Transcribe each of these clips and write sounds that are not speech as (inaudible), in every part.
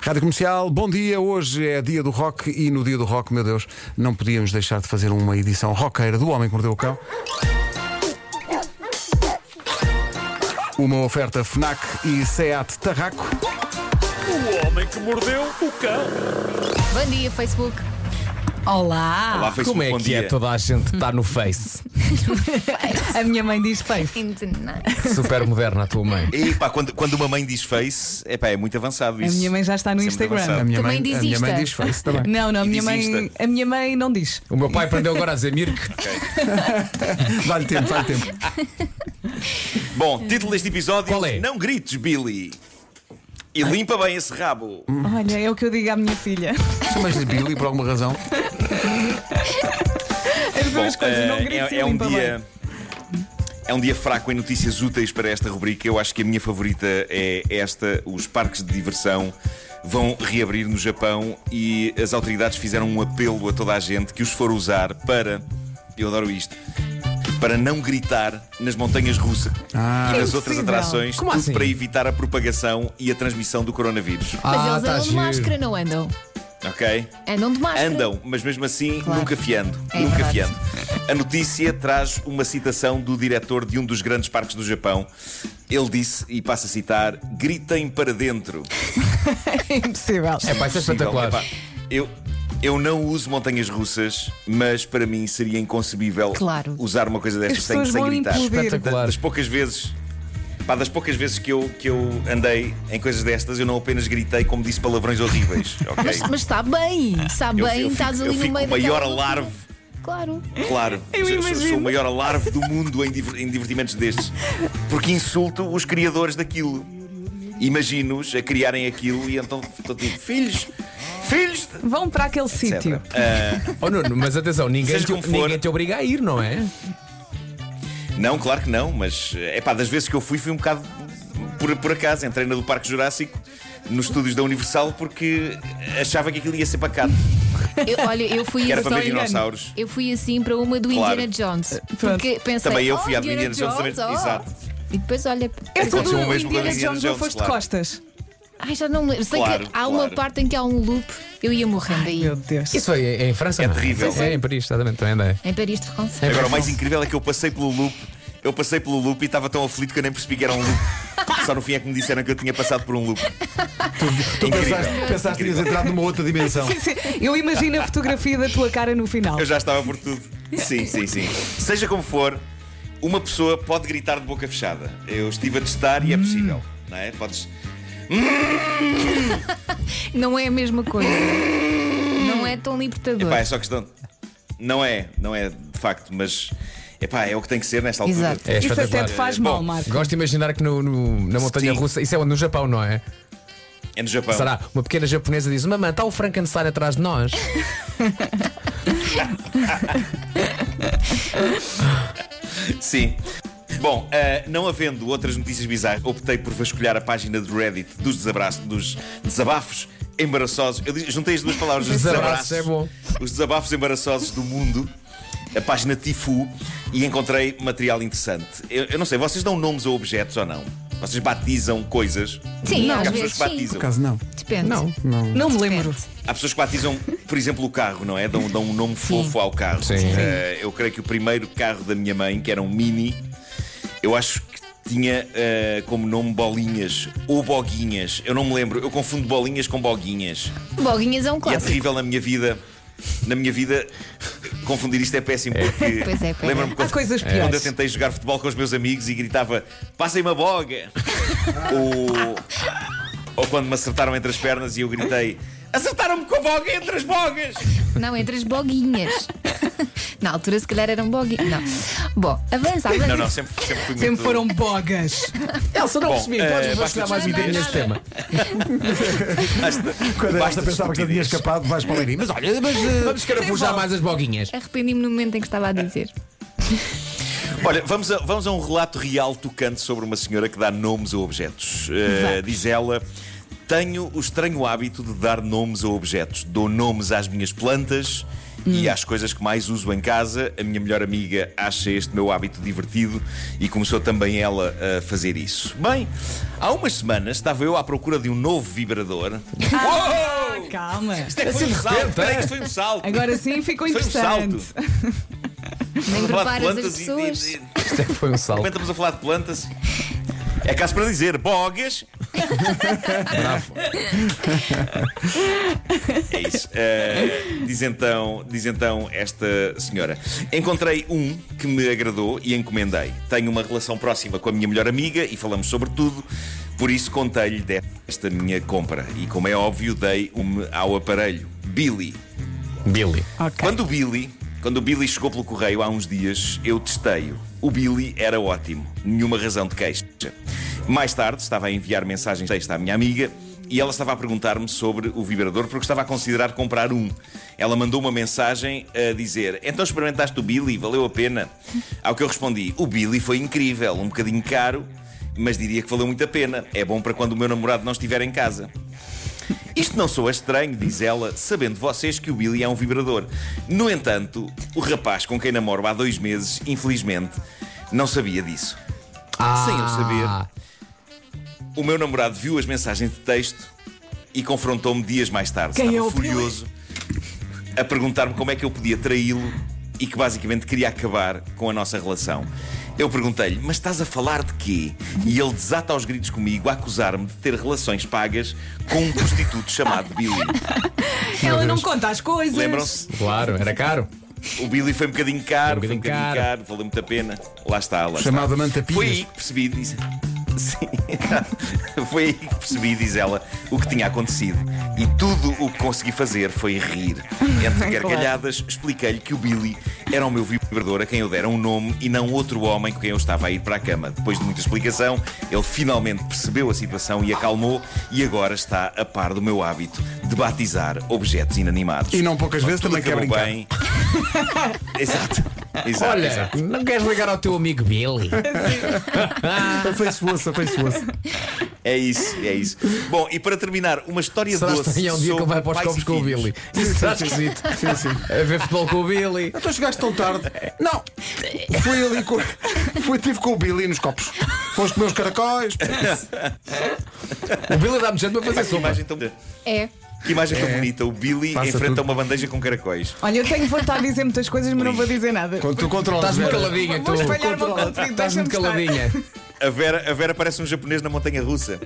Rádio Comercial, bom dia. Hoje é dia do rock e no dia do rock, meu Deus, não podíamos deixar de fazer uma edição roqueira do Homem que Mordeu o Cão. Uma oferta Fnac e Seat Tarraco. O homem que mordeu o cão. Bom dia, Facebook. Olá. Como é que é toda a gente que está (laughs) no Face? A minha mãe diz face. In the night. Super moderna a tua mãe. E pá, quando, quando uma mãe diz face, epá, é muito avançado A isso. minha mãe já está no Isso é muito Instagram. avançado. minha Também mãe, diz a minha mãe Insta. diz face também. (laughs) Não, não, a E minha diz mãe, Insta. a minha mãe não diz. O meu pai aprendeu agora a dizer Mirk. Dá-lhe tempo, dá-lhe tempo. É. Bom, título deste episódio: Qual é? Não grites, Billy. E limpa bem esse rabo. Olha, é o que eu digo à minha filha. (laughs) Chamas-lhe Billy por alguma razão. As duas coisas, eh, não grito é, e é um limpa dia. bem. É um dia fraco em notícias úteis para esta rubrica. Eu acho que a minha favorita é esta: os parques de diversão vão reabrir no Japão e as autoridades fizeram um apelo a toda a gente que os for usar para. Eu adoro isto. Para não gritar nas montanhas russas Ah. e nas outras Impossível. atrações, Como tudo assim? para evitar a propagação e a transmissão do coronavírus. Mas eles tá andam de giro. máscara, não andam? Ok? Andam de máscara. Andam, mas mesmo assim Claro. nunca fiando. É nunca verdade. fiando. A notícia traz uma citação do diretor de um dos grandes parques do Japão. Ele disse, e passo a citar: gritem para dentro. É impossível. É pá, isso é espetacular. Epá, eu, eu não uso montanhas russas, mas para mim seria inconcebível Claro. usar uma coisa destas As sem, pessoas sem vão gritar. implodir. Da- Espetacular. Das poucas vezes. Pá, das poucas vezes que eu, que eu andei em coisas destas, eu não apenas gritei, como disse palavrões horríveis. ok? (laughs) Mas, mas está bem, está Eu- bem, eu estás fico- ali eu no fico meio o maior daquela loucura. alarve. Claro. Claro, (laughs) Eu sou, sou- imagino. sou o maior alarve do mundo em, diver- em divertimentos destes. Porque insulto os criadores daquilo. Imagino-os a criarem aquilo e então estou tipo, filhos, filhos, de-", Vão para aquele etc. sítio. Oh, Nuno, mas atenção, ninguém Seja te, como for. ninguém te obriga a ir, não é? Não, claro que não, mas é pá, das vezes que eu fui, fui um bocado por, por acaso. Entrei na do Parque Jurássico, nos estúdios da Universal, porque achava que aquilo ia ser pacato, Eu- olha, eu fui (laughs) que era assim- para ver engano. dinossauros. Eu fui assim para uma do Claro. Indiana Jones. pronto. Porque pensei. Também eu "Oh, fui à do Indiana Jones, também- oh." exato. E depois olha. Essa Aconteceu o mesmo do com a Indiana Indiana Jones não Jones, foste de claro. costas. Ai, já não me lembro. Sei Claro, que há uma claro. parte em que há um loop, eu ia morrendo aí. Meu Deus. (laughs) Isso aí é, é em França. É não terrível. Sim, sim. É em Paris, exatamente. Também ainda é. Em Paris de França. Agora, o mais incrível é que eu passei pelo loop, eu passei pelo loop e estava tão aflito que eu nem percebi que era um loop. Só no fim é que me disseram que eu tinha passado por um loop. Tu Incrível. pensaste, pensaste que tinhas Incrível. entrado numa outra dimensão. Eu imagino a fotografia da tua cara no final. Eu já estava por tudo. Sim, sim, sim. Seja como for, uma pessoa pode gritar de boca fechada. Eu estive a testar e é possível. Não é? Podes. Não é a mesma (laughs) coisa. Não é tão libertador. Epá, é só questão. Não é, não é de facto, mas. Epá, é o que tem que ser nesta altura. Exato. É Isso até espetacular. te faz Bom, mal, Marco. Gosto de imaginar que no, no- na montanha Sim. russa, isso é onde? No Japão, não é? É no Japão. Será? Uma pequena japonesa diz: Mamãe, está o Frankenstein atrás de nós. Sim. Bom, ah, não havendo outras notícias bizarras, optei por vasculhar a página do Reddit dos, desabraços, dos desabafos embaraçosos. Eu di- juntei as duas palavras, os Desabafos desabraços, é bom. os desabafos embaraçosos do mundo, a página Tifu, e encontrei material interessante. Eu, eu não sei, vocês dão nomes a objetos ou não? Vocês batizam coisas? Sim, Porque às há pessoas vezes que sim. batizam. Caso não. Depende. Não. Não me lembro. Há pessoas que batizam, por exemplo, o carro, não é? Dão, dão um nome fofo ao carro. Sim. Eh, eu creio que o primeiro carro da minha mãe, que era um Mini, eu acho que tinha eh, como nome Bolinhas ou Boguinhas. Eu não me lembro, eu confundo bolinhas com boguinhas. Boguinhas é um E é clássico. terrível na minha vida. Na minha vida, confundir isto é péssimo porque Pois é, pois é. lembro-me Há quando, coisas quando eu piores. tentei jogar futebol com os meus amigos e gritava passem-me a boga. ou, ou quando me acertaram entre as pernas e eu gritei acertaram-me com a boga entre as bogas. Não, entre as (laughs) boguinhas. Na altura, se calhar eram boguinhas. Não. Bom, avança, avança. Não, não, sempre, sempre fui muito. Sempre foram (laughs) bogas. Elsa, não Bom, percebi. eh, Podes basta vasculhar mais um bocadinho neste tema. Quando Basta esta pensava que já tinha estupidez. escapado, vais para o leirinho. Mas olha, mas. eh, Vamos carafujar mais as boguinhas. Arrependi-me no momento em que estava a dizer. Olha, vamos a, vamos a um relato real tocante sobre uma senhora que dá nomes a objetos. Eh, diz ela: Tenho o estranho hábito de dar nomes a objetos. Dou nomes às minhas plantas e às coisas que mais uso em casa. A minha melhor amiga acha este meu hábito divertido e começou também ela a fazer isso. Bem, há umas semanas estava eu à procura de um novo vibrador. Ah, calma. Isto é que foi um salto, peraí, isto foi um salto. Agora sim ficou Foi um interessante. salto. Nem Estamos a falar de preparas as plantas e- pessoas. e- e- (laughs) Isto é que foi Como é um que (laughs) salto. estamos a falar de plantas? É caso para dizer bogas. É isso. Eh, diz, então, diz então esta senhora: Encontrei um que me agradou e encomendei. Tenho uma relação próxima com a minha melhor amiga e falamos sobre tudo. Por isso contei-lhe desta minha compra. E como é óbvio, dei-me ao aparelho. Billy. Billy. Ok. Quando o Billy, quando o Billy chegou pelo correio há uns dias, eu testei-o. O Billy era ótimo, nenhuma razão de queixa. Mais tarde estava a enviar mensagens de texto à minha amiga e ela estava a perguntar-me sobre o vibrador porque estava a considerar comprar um. Ela mandou uma mensagem a dizer: Então experimentaste o Billy, valeu a pena? Ao que eu respondi: O Billy foi incrível, um bocadinho caro, mas diria que valeu muito a pena. É bom para quando o meu namorado não estiver em casa. Isto não soa estranho, diz ela, sabendo vocês que o Billy é um vibrador. No entanto, o rapaz com quem namoro há dois meses, infelizmente, não sabia disso. Ah, Sem eu Ah. saber. O meu namorado viu as mensagens de texto e confrontou-me dias mais tarde. Quem é Estava o Billy? furioso a perguntar-me como é que eu podia traí-lo e que basicamente queria acabar com a nossa relação. Eu perguntei-lhe, mas estás a falar de quê? E ele desata aos gritos comigo a acusar-me de ter relações pagas com um prostituto chamado Billy. Ela não conta as coisas. Lembram-se? Claro, era caro. O Billy foi um bocadinho caro, Foi foi um um bocadinho bocadinho caro, valeu muito a pena. Lá está, lá está. Chamado Mantapinhas. Foi aí que percebi, diz. (laughs) Sim. foi aí que percebi, diz ela, o que tinha acontecido. E tudo o que consegui fazer foi rir. Entre (laughs) gargalhadas, expliquei-lhe que o Billy era o meu vibrador a quem eu dera um nome e não outro homem com quem eu estava a ir para a cama. Depois de muita explicação, ele finalmente percebeu a situação e acalmou e agora está a par do meu hábito de batizar objetos inanimados. E não poucas vezes Tudo também quer acabou brincar. bem. (laughs) exato. Exato. Olha, exato. não queres ligar ao teu amigo (laughs) Billy? É Afeiçoou-se, afeiçoou-se. É isso, é isso. Bom, e para terminar, uma história (laughs) Será doce. estranho é um dia que ele sobre vai para os pais copos e com o filhos. Billy? Isso será esquisito. Sim, sim. (laughs) A ver futebol com o Billy. Então chegaste tão tarde. Não! Fui ali com. Fui, tive com o Billy nos copos. Foste comer os caracóis. O Billy dá-me jeito para fazer Que sopa. imagem tão, É. que imagem tão É. bonita. O Billy Passa enfrenta tudo. uma bandeja com caracóis. Olha, eu tenho vontade de dizer muitas coisas, mas não vou dizer nada. Quando tu controlas. Estás muito Vera. caladinha, tu. Vou espalhar o meu Controla. conteúdo, Estás muito deixa-me caladinha. (laughs) A Vera, a Vera parece um japonês na montanha russa.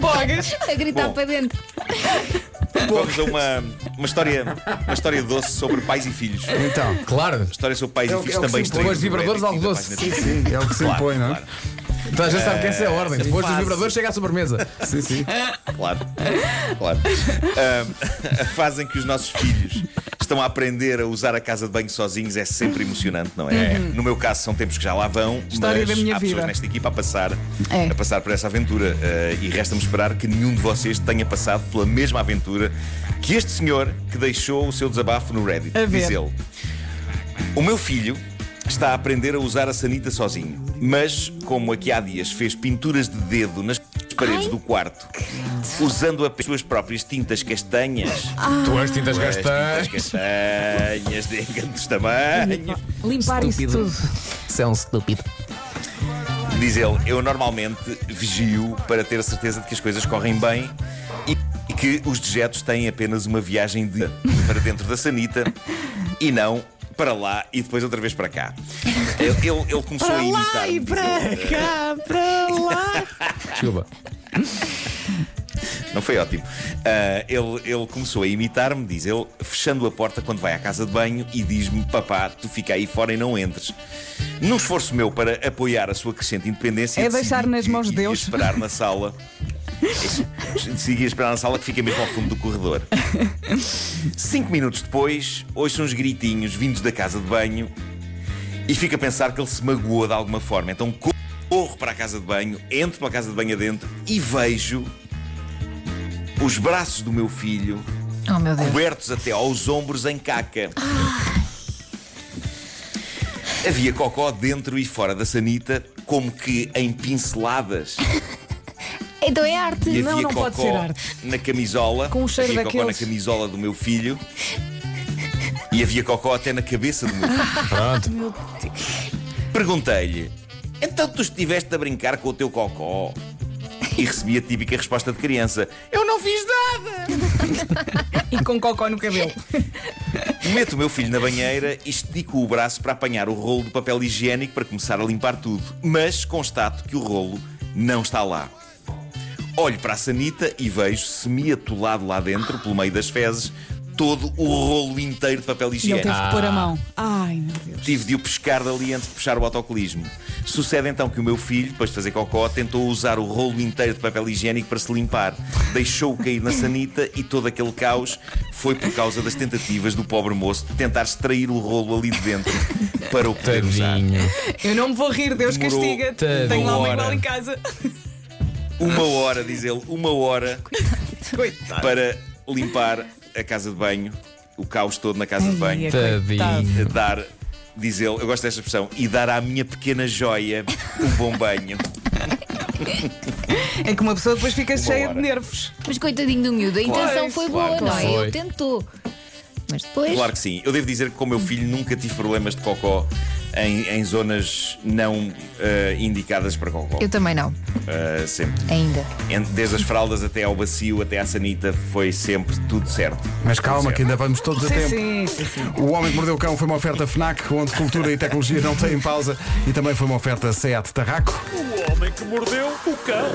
Bogas. A gritar Bom. para dentro. Vamos a uma, uma, história, uma história doce sobre pais e filhos. Uma Então, Claro. história sobre pais É o- e filhos é o que também se impõe. extraída Os do vibradores Reddit ao da doce. página de- sim, é o que se Claro, impõe, não é? claro, Então já sabe que essa é a ordem. Depois dos fácil. vibradores chega à sobremesa. Sim, sim. Claro, claro. Ahm, a fase em que os nossos filhos estão a aprender a usar a casa de banho sozinhos é sempre emocionante, não é? No meu caso, são tempos que já lá vão, Uhum. História mas da minha há vida. pessoas nesta equipa a passar, É. a passar por essa aventura. Ah, e resta-me esperar que nenhum de vocês tenha passado pela mesma aventura que este senhor que deixou o seu desabafo no Reddit. A ver. Diz ele. O meu filho está a aprender a usar a sanita sozinho, mas como aqui há dias fez pinturas de dedo nas paredes Ai. do quarto, usando apenas suas próprias tintas castanhas, Ah. Tu as tintas as tintas gastas. castanhas (laughs) de encantos tamanhos, Limpar Estúpido. isso tudo. Isso é um estúpido. diz ele, eu normalmente vigio para ter a certeza de que as coisas correm bem e e que os dejetos têm apenas uma viagem de para dentro da sanita e não para lá e depois outra vez para cá. Ele, ele- ele começou Para a imitar. um lá e diz para ele, cá, para lá. Desculpa. Não foi ótimo. Ah, ele, ele começou a imitar-me, diz ele, fechando a porta quando vai à casa de banho e diz-me: Papá, tu fica aí fora e não entres. Num esforço meu para apoiar a sua crescente independência, É decidi deixar nas que mãos de iria Deus. esperar na sala. Decidi esperar na sala que fica mesmo ao fundo do corredor. Cinco minutos depois, ouço uns gritinhos vindos da casa de banho e fico a pensar que ele se magoou de alguma forma. Então corro para a casa de banho, entro para a casa de banho adentro e vejo os braços do meu filho Oh meu Deus. cobertos até aos ombros em caca. Havia cocó dentro e fora da sanita, como que em pinceladas. Então é arte. E Não, havia não cocó pode ser arte. na camisola. Com o cheiro havia cocó na daqueles. camisola do meu filho. E havia cocó até na cabeça do meu filho. Ah, Pronto. Perguntei-lhe: Então tu estiveste a brincar com o teu cocó? E recebi a típica resposta de criança: Eu não fiz nada! (laughs) E com cocó no cabelo. Meto o meu filho na banheira e estico o braço para apanhar o rolo de papel higiênico para começar a limpar tudo. Mas constato que o rolo não está lá. Olho para a sanita e vejo, semi-atolado lá dentro, pelo meio das fezes, todo o rolo inteiro de papel E ele higiênico. teve que pôr a mão. Ai, meu Deus. Tive de o pescar dali antes de puxar o autocolismo. Sucede então que o meu filho, depois de fazer cocó, tentou usar o rolo inteiro de papel higiênico para se limpar. Deixou-o cair na sanita e todo aquele caos foi por causa das tentativas do pobre moço de tentar extrair o rolo ali de dentro para o poder usar. Tadinho. Eu não me vou rir, Deus Demorou castiga. tanto. Tenho lá uma Hora. igual em casa. Uma hora, diz ele, uma hora Coitado. para limpar a casa de banho, o caos todo na casa de é banho. Tadinho. A dar, diz ele, eu gosto desta expressão, e dar à minha pequena joia um bom banho. É que uma pessoa depois fica cheia hora. de nervos. Mas coitadinho do miúdo, a intenção Pois, foi claro boa, que não é? foi. Ele tentou. Mas depois. Claro que sim. Eu devo dizer que com o meu filho nunca tive problemas de cocó em, em zonas não eh, indicadas para cocó. Eu também não, Eh, sempre. ainda. En- Desde as fraldas até ao bacio, até à sanita, foi sempre tudo certo. Mas Tudo calma, certo. que ainda vamos todos a Sim, tempo. sim, sim. O Homem que Mordeu o Cão foi uma oferta FNAC, onde cultura e tecnologia não têm pausa, e também foi uma oferta SEAT Tarraco. O homem que mordeu o cão.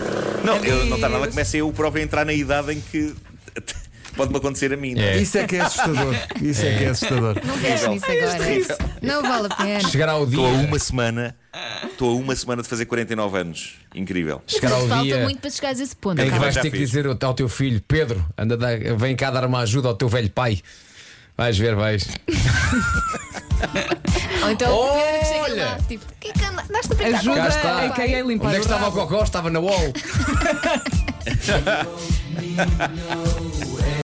Não, eu, não está nada, começa eu próprio a entrar na idade em que (laughs) pode-me acontecer a mim. não É. Isso é que é assustador. Isso é que é assustador. Não penso nisso Então. agora. é Não vale a pena. Chegar ao Estou a dia. uma semana, estou a uma semana de fazer 49 anos. Incrível. Chegar ao Falta dia. muito para chegares a esse ponto. Em É que Acaba, vais já ter que fiz. dizer ao- ao teu filho, Pedro, anda dar- vem cá dar uma ajuda ao teu velho pai. Vais ver, vais. Ou então o Pedro que chega lá, Olha! tipo, o que é que anda- andaste a brincar? Cá Ajuda está. a quem é limpar Onde é que o estava o rabo. cocó? Estava na wall.